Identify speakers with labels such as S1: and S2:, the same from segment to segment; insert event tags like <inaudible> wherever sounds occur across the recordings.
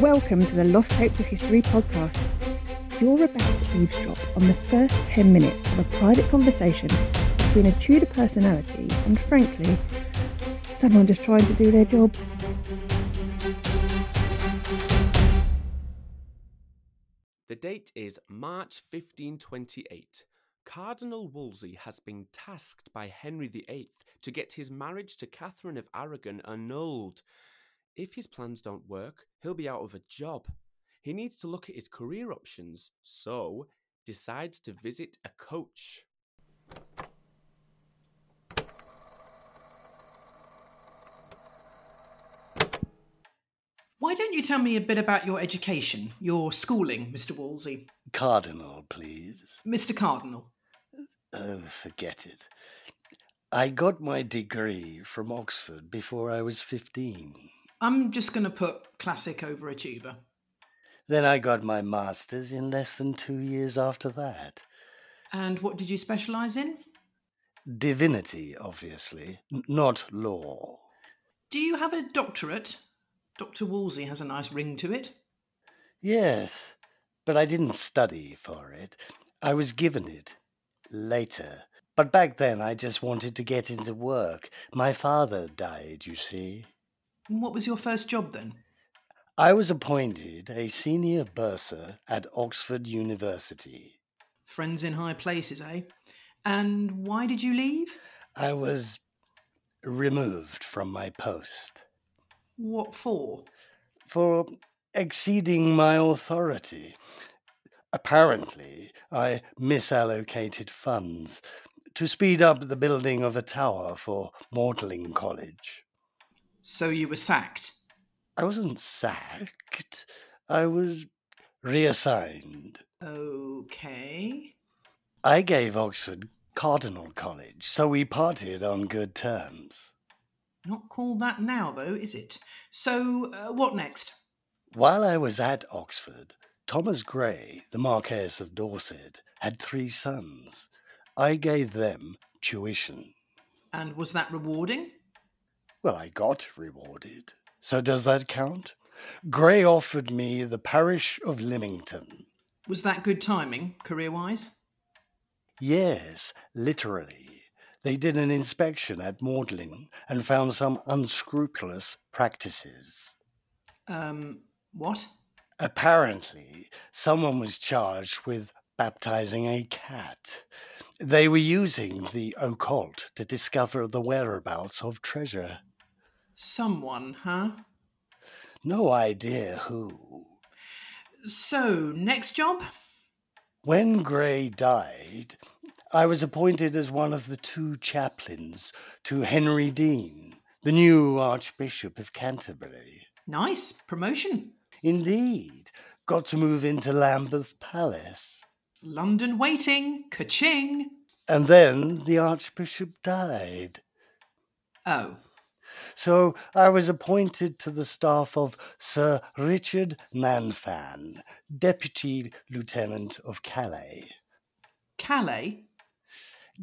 S1: Welcome to the Lost Tapes of History podcast. You're about to eavesdrop on the first 10 minutes of a private conversation between a Tudor personality and, frankly, someone just trying to do their job.
S2: The date is March 1528. Cardinal Wolsey has been tasked by Henry VIII to get his marriage to Catherine of Aragon annulled. If his plans don't work, he'll be out of a job. He needs to look at his career options, so decides to visit a coach.
S3: Why don't you tell me a bit about your education, your schooling, Mr. Wolsey?
S4: Cardinal, please.
S3: Mr. Cardinal.
S4: Oh, forget it. I got my degree from Oxford before I was 15.
S3: I'm just going to put classic overachiever.
S4: Then I got my master's in less than two years after that.
S3: And what did you specialise in?
S4: Divinity, obviously, n- not law.
S3: Do you have a doctorate? Dr. Wolsey has a nice ring to it.
S4: Yes, but I didn't study for it. I was given it later. But back then I just wanted to get into work. My father died, you see.
S3: And What was your first job then?
S4: I was appointed a senior bursar at Oxford University.
S3: Friends in high places, eh? And why did you leave?
S4: I was removed from my post
S3: What for?
S4: for exceeding my authority. Apparently, I misallocated funds to speed up the building of a tower for Magdalen College.
S3: So you were sacked.
S4: I wasn't sacked, I was reassigned.
S3: Okay.
S4: I gave Oxford Cardinal College, so we parted on good terms.
S3: Not called that now, though, is it? So, uh, what next?
S4: While I was at Oxford, Thomas Grey, the Marquess of Dorset, had three sons. I gave them tuition.
S3: And was that rewarding?
S4: Well, I got rewarded. So does that count? Grey offered me the parish of Lymington.
S3: Was that good timing, career wise?
S4: Yes, literally. They did an inspection at Magdalen and found some unscrupulous practices.
S3: Um, what?
S4: Apparently, someone was charged with baptizing a cat. They were using the occult to discover the whereabouts of treasure.
S3: Someone, huh?
S4: No idea who.
S3: So, next job?
S4: When Grey died, I was appointed as one of the two chaplains to Henry Dean, the new Archbishop of Canterbury.
S3: Nice, promotion.
S4: Indeed, got to move into Lambeth Palace.
S3: London waiting, ka-ching.
S4: And then the Archbishop died.
S3: Oh,
S4: So I was appointed to the staff of Sir Richard Manfan, Deputy Lieutenant of Calais.
S3: Calais?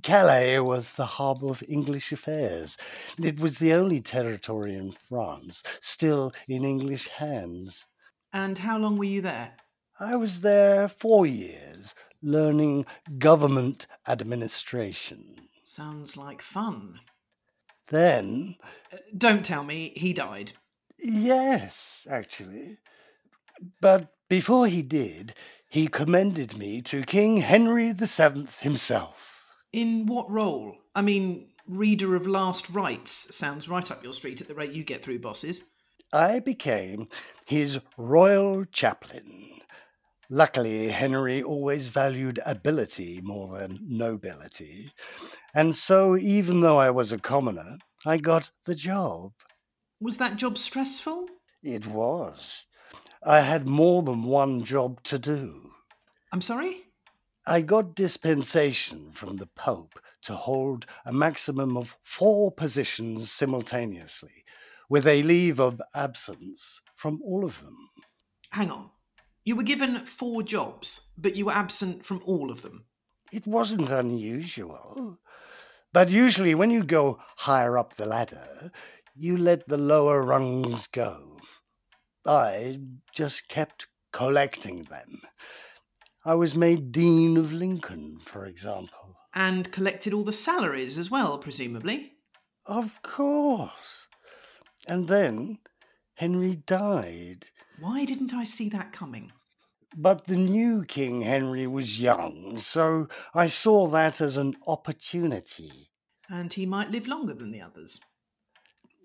S4: Calais was the hub of English affairs. It was the only territory in France still in English hands.
S3: And how long were you there?
S4: I was there four years, learning government administration.
S3: Sounds like fun.
S4: Then
S3: Uh, don't tell me he died.
S4: Yes, actually. But before he did, he commended me to King Henry VII himself.
S3: In what role? I mean, reader of last rites sounds right up your street at the rate you get through bosses.
S4: I became his royal chaplain. Luckily, Henry always valued ability more than nobility. And so, even though I was a commoner, I got the job.
S3: Was that job stressful?
S4: It was. I had more than one job to do.
S3: I'm sorry?
S4: I got dispensation from the Pope to hold a maximum of four positions simultaneously, with a leave of absence from all of them.
S3: Hang on. You were given four jobs, but you were absent from all of them.
S4: It wasn't unusual. But usually, when you go higher up the ladder, you let the lower rungs go. I just kept collecting them. I was made Dean of Lincoln, for example.
S3: And collected all the salaries as well, presumably.
S4: Of course. And then Henry died.
S3: Why didn't I see that coming?
S4: But the new King Henry was young, so I saw that as an opportunity.
S3: And he might live longer than the others.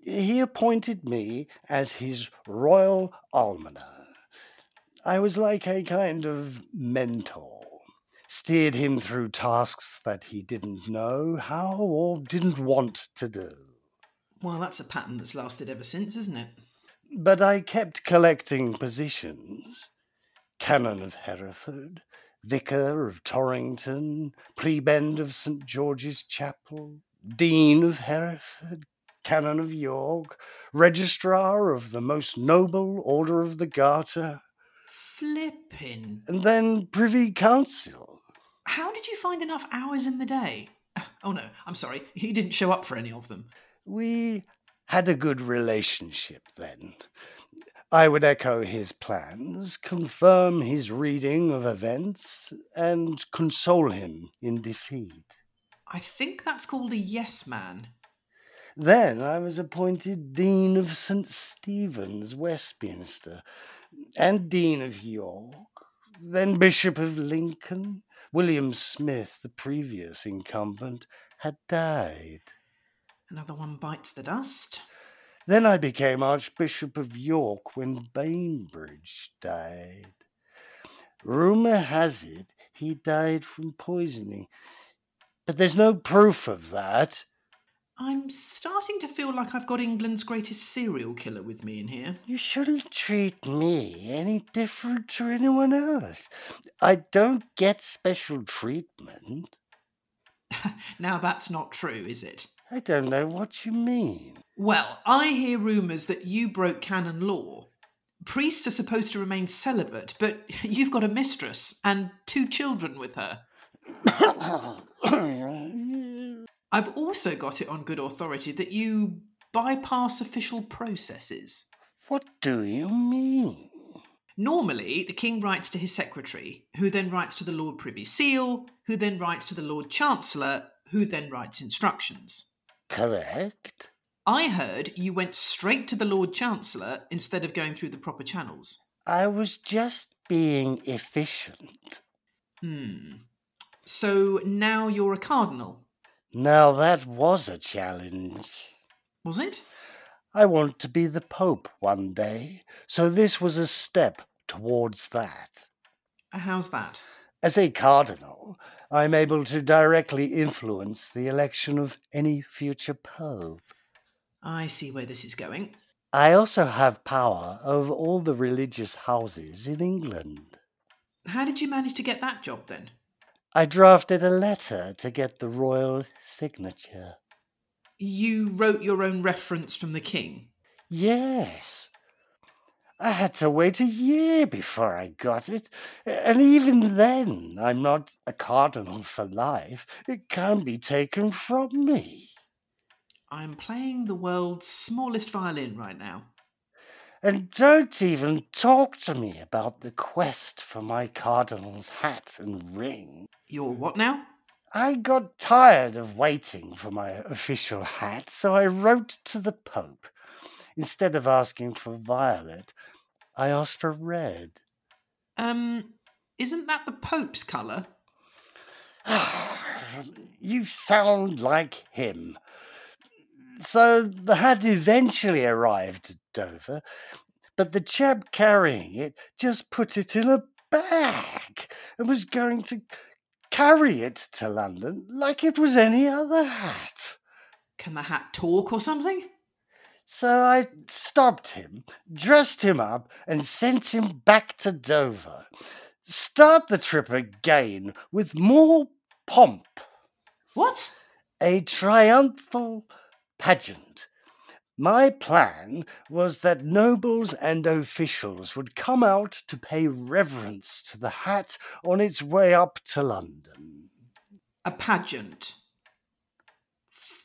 S4: He appointed me as his royal almoner. I was like a kind of mentor, steered him through tasks that he didn't know how or didn't want to do.
S3: Well, that's a pattern that's lasted ever since, isn't it?
S4: But I kept collecting positions Canon of Hereford, Vicar of Torrington, Prebend of St George's Chapel, Dean of Hereford, Canon of York, Registrar of the Most Noble Order of the Garter,
S3: Flippin'.
S4: and then Privy Council.
S3: How did you find enough hours in the day? <sighs> Oh no, I'm sorry, he didn't show up for any of them.
S4: We had a good relationship then. I would echo his plans, confirm his reading of events, and console him in defeat.
S3: I think that's called a yes man.
S4: Then I was appointed Dean of St. Stephen's, Westminster, and Dean of York, then Bishop of Lincoln. William Smith, the previous incumbent, had died.
S3: Another one bites the dust.
S4: Then I became Archbishop of York when Bainbridge died. Rumour has it he died from poisoning, but there's no proof of that.
S3: I'm starting to feel like I've got England's greatest serial killer with me in here.
S4: You shouldn't treat me any different to anyone else. I don't get special treatment.
S3: Now that's not true, is it?
S4: I don't know what you mean. <coughs>
S3: Well, I hear rumours that you broke canon law. Priests are supposed to remain celibate, but <laughs> you've got a mistress and two children with her. I've also got it on good authority that you bypass official processes.
S4: what do you mean?
S3: Normally, the King writes to his secretary, who then writes to the Lord Privy Seal, who then writes to the Lord Chancellor, who then writes instructions.
S4: Correct?
S3: I heard you went straight to the Lord Chancellor instead of going through the proper channels.
S4: I was just being efficient.
S3: Hmm. So now you're a cardinal,
S4: Now that was a challenge.
S3: was it?
S4: I want to be the Pope one day, so this was a step towards that.
S3: How's that?
S4: As a cardinal, I'm able to directly influence the election of any future Pope.
S3: I see where this is going.
S4: I also have power over all the religious houses in England.
S3: How did you manage to get that job then?
S4: I drafted a letter to get the royal signature.
S3: You wrote your own reference from the King.
S4: Yes. I had to wait a year before I got it. And even then, I'm not a cardinal for life. It can be taken from me.
S3: I'm playing the world's smallest violin right now.
S4: And don't even talk to me about the quest for my cardinal's hat and ring.
S3: You're what now?
S4: I got tired of waiting for my official hat, so I wrote to the Pope. Instead of asking for violet, I asked for red.
S3: Um, isn't that the Pope's colour?
S4: <sighs> you sound like him. So the hat eventually arrived at Dover, but the chap carrying it just put it in a bag and was going to carry it to London like it was any other hat.
S3: Can the hat talk or something?
S4: So I stopped him, dressed him up, and sent him back to Dover. Start the trip again with more pomp.
S3: What?
S4: a triumphal pageant. My plan was that nobles and officials would come out to pay reverence to the hat on its way up to London.
S3: A pageant.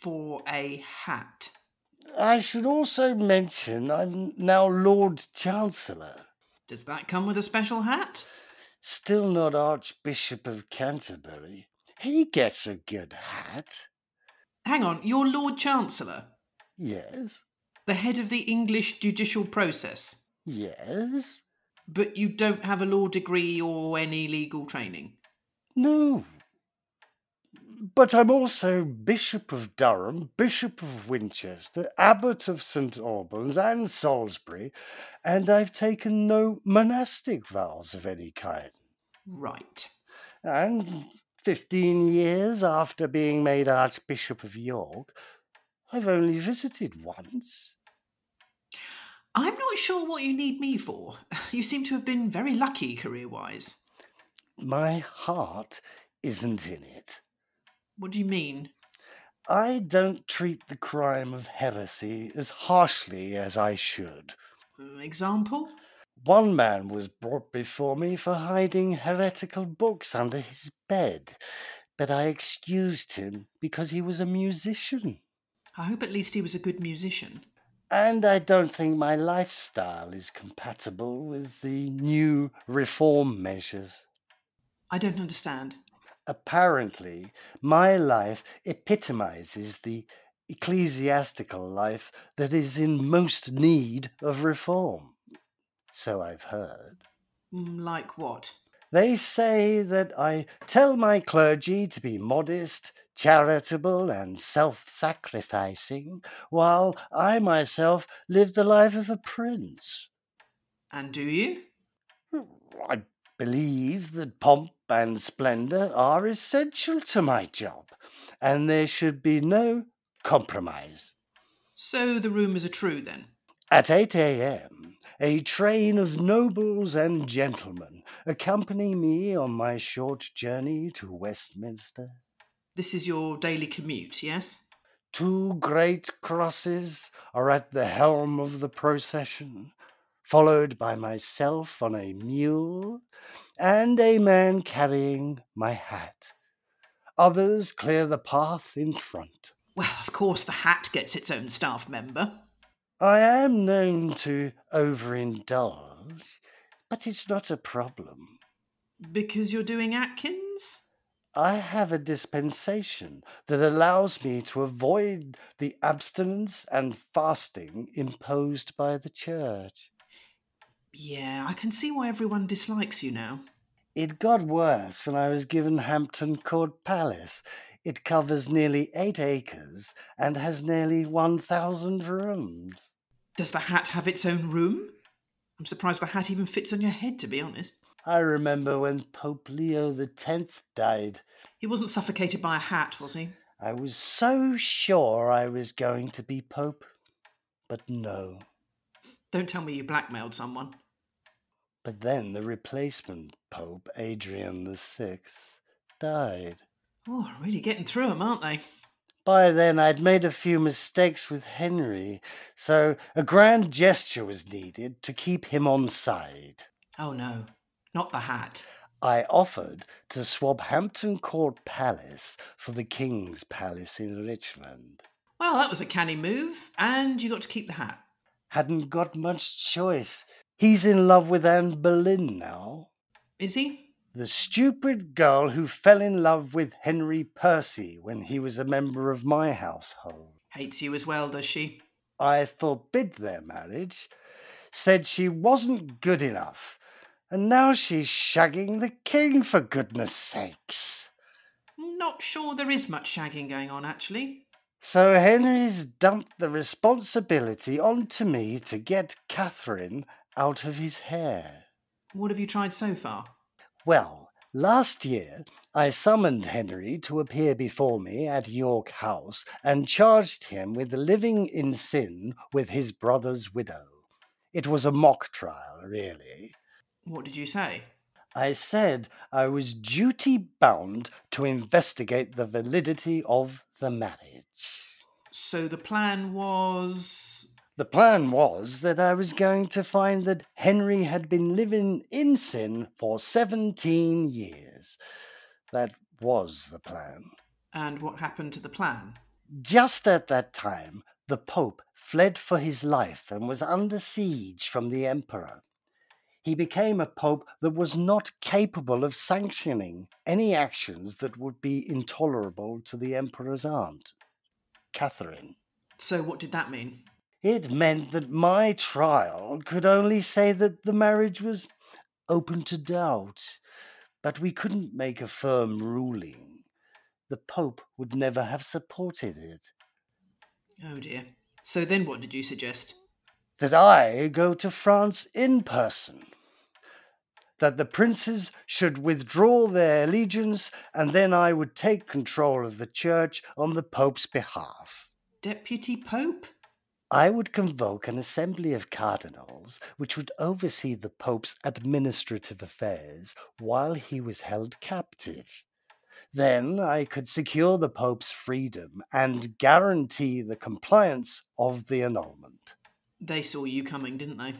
S3: For a hat.
S4: I should also mention I'm now Lord Chancellor,
S3: Does that come with a special hat?
S4: still not Archbishop of Canterbury. He gets a good hat.
S3: Hang on, you're Lord Chancellor,
S4: Yes,
S3: the head of the English judicial process,
S4: yes.
S3: but you don't have a law degree or any legal training.
S4: No. But I'm also Bishop of Durham, Bishop of Winchester, Abbot of St. Albans and Salisbury, and I've taken no monastic vows of any kind.
S3: Right.
S4: And 15 years after being made Archbishop of York, I've only visited once.
S3: I'm not sure what you need me for. <laughs> You seem to have been very lucky career wise.
S4: My heart isn't in it.
S3: What do you mean?
S4: I don't treat the crime of heresy as harshly as I should.
S3: Uh, Example?
S4: One man was brought before me for hiding heretical books under his bed, but I excused him because he was a musician.
S3: I hope at least he was a good musician.
S4: And I don't think my lifestyle is compatible with the new reform measures.
S3: I don't understand.
S4: Apparently, my life epitomizes the ecclesiastical life that is in most need of reform. So I've heard.
S3: Mm, Like what?
S4: They say that I tell my clergy to be modest, charitable, and self sacrificing, while I myself live the life of a prince.
S3: And do you?
S4: I believe that pomp and splendour are essential to my job, and there should be no compromise.
S3: So the rumours are true then.
S4: At 8 a.m., a train of nobles and gentlemen accompany me on my short journey to Westminster.
S3: This is your daily commute, yes?
S4: Two great crosses are at the helm of the procession, followed by myself on a mule and a man carrying my hat. Others clear the path in front.
S3: Well, of course, the hat gets its own staff member.
S4: I am known to overindulge, but it's not a problem.
S3: Because you're doing Atkins?
S4: I have a dispensation that allows me to avoid the abstinence and fasting imposed by the church.
S3: Yeah, I can see why everyone dislikes you now.
S4: It got worse when I was given Hampton Court Palace. It covers nearly eight acres and has nearly 1,000 rooms.
S3: Does the hat have its own room? I'm surprised the hat even fits on your head, to be honest.
S4: I remember when Pope Leo X died.
S3: He wasn't suffocated by a hat, was he?
S4: I was so sure I was going to be Pope. But no.
S3: Don't tell me you blackmailed someone.
S4: But then the replacement Pope, Adrian VI, died.
S3: Oh, really getting through 'em, aren't they?
S4: By then, I'd made a few mistakes with Henry, so a grand gesture was needed to keep him on side.
S3: Oh no, not the hat.
S4: I offered to swap Hampton Court Palace for the King's Palace in Richmond.
S3: Well, that was a canny move, and you got to keep the hat.
S4: Hadn't got much choice. He's in love with Anne Boleyn now.
S3: Is he?
S4: The stupid girl who fell in love with Henry Percy when he was a member of my household.
S3: Hates you as well, does she?
S4: I forbid their marriage, said she wasn't good enough, and now she's shagging the king for goodness sakes.
S3: Not sure there is much shagging going on, actually.
S4: So Henry's dumped the responsibility onto me to get Catherine out of his hair.
S3: What have you tried so far?
S4: Well, last year I summoned Henry to appear before me at York House and charged him with living in sin with his brother's widow. It was a mock trial, really.
S3: What did you say?
S4: I said I was duty bound to investigate the validity of the marriage.
S3: So the plan was.
S4: The plan was that I was going to find that Henry had been living in sin for 17 years. That was the plan.
S3: And what happened to the plan?
S4: Just at that time, the Pope fled for his life and was under siege from the Emperor. He became a Pope that was not capable of sanctioning any actions that would be intolerable to the Emperor's aunt, Catherine.
S3: So, what did that mean?
S4: It meant that my trial could only say that the marriage was open to doubt, but we couldn't make a firm ruling. The Pope would never have supported it.
S3: Oh dear. So then what did you suggest?
S4: That I go to France in person. That the princes should withdraw their allegiance, and then I would take control of the church on the Pope's behalf.
S3: Deputy Pope?
S4: I would convoke an assembly of cardinals which would oversee the Pope's administrative affairs while he was held captive. Then I could secure the Pope's freedom and guarantee the compliance of the annulment.
S3: They saw you coming, didn't they?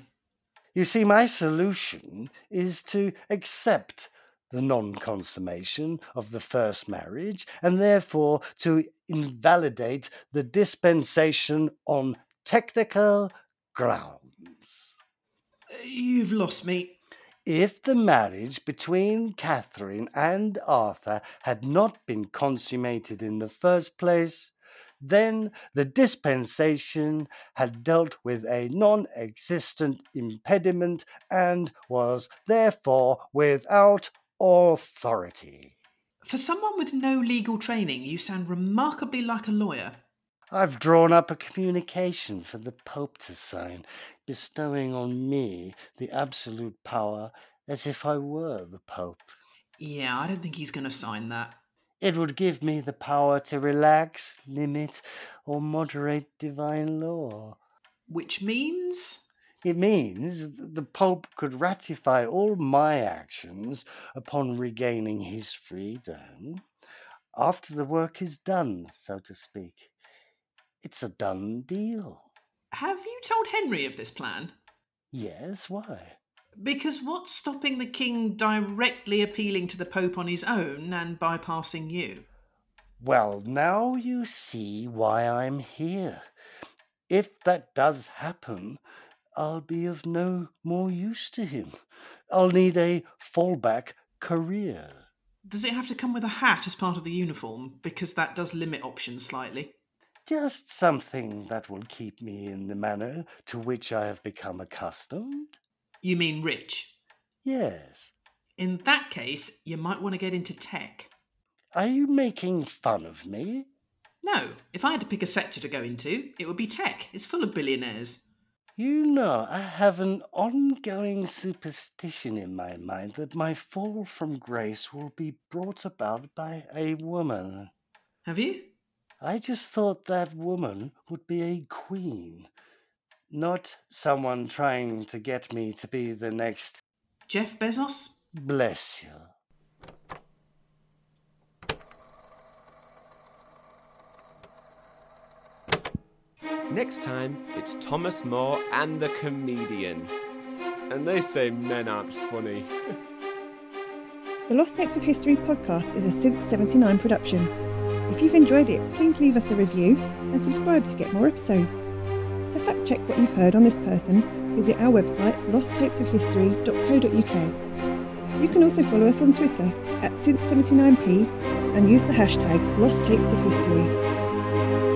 S4: You see, my solution is to accept the non consummation of the first marriage and therefore to invalidate the dispensation on technical grounds.
S3: You've lost me.
S4: If the marriage between Catherine and Arthur had not been consummated in the first place, then the dispensation had dealt with a non existent impediment and was therefore without authority.
S3: For someone with no legal training, you sound remarkably like a lawyer.
S4: I've drawn up a communication for the Pope to sign, bestowing on me the absolute power as if I were the Pope.
S3: Yeah, I don't think he's going to sign that.
S4: It would give me the power to relax, limit, or moderate divine law.
S3: Which means.
S4: It means that the Pope could ratify all my actions upon regaining his freedom after the work is done, so to speak. It's a done deal.
S3: Have you told Henry of this plan?
S4: Yes, why?
S3: Because what's stopping the king directly appealing to the pope on his own and bypassing you?
S4: Well, now you see why I'm here. If that does happen, I'll be of no more use to him. I'll need a fallback career.
S3: Does it have to come with a hat as part of the uniform? Because that does limit options slightly.
S4: Just something that will keep me in the manner to which I have become accustomed.
S3: You mean rich?
S4: Yes.
S3: In that case, you might want to get into tech.
S4: Are you making fun of me?
S3: No, if I had to pick a sector to go into, it would be tech. It's full of billionaires.
S4: You know, I have an ongoing superstition in my mind that my fall from grace will be brought about by a woman.
S3: Have you?
S4: I just thought that woman would be a queen, not someone trying to get me to be the next.
S3: Jeff Bezos?
S4: Bless you.
S2: Next time, it's Thomas More and the comedian. And they say men aren't funny.
S1: The Lost Tapes of History podcast is a Synth 79 production. If you've enjoyed it, please leave us a review and subscribe to get more episodes. To fact check what you've heard on this person, visit our website losttapesofhistory.co.uk. You can also follow us on Twitter at Synth79p and use the hashtag Lost Tapes of History.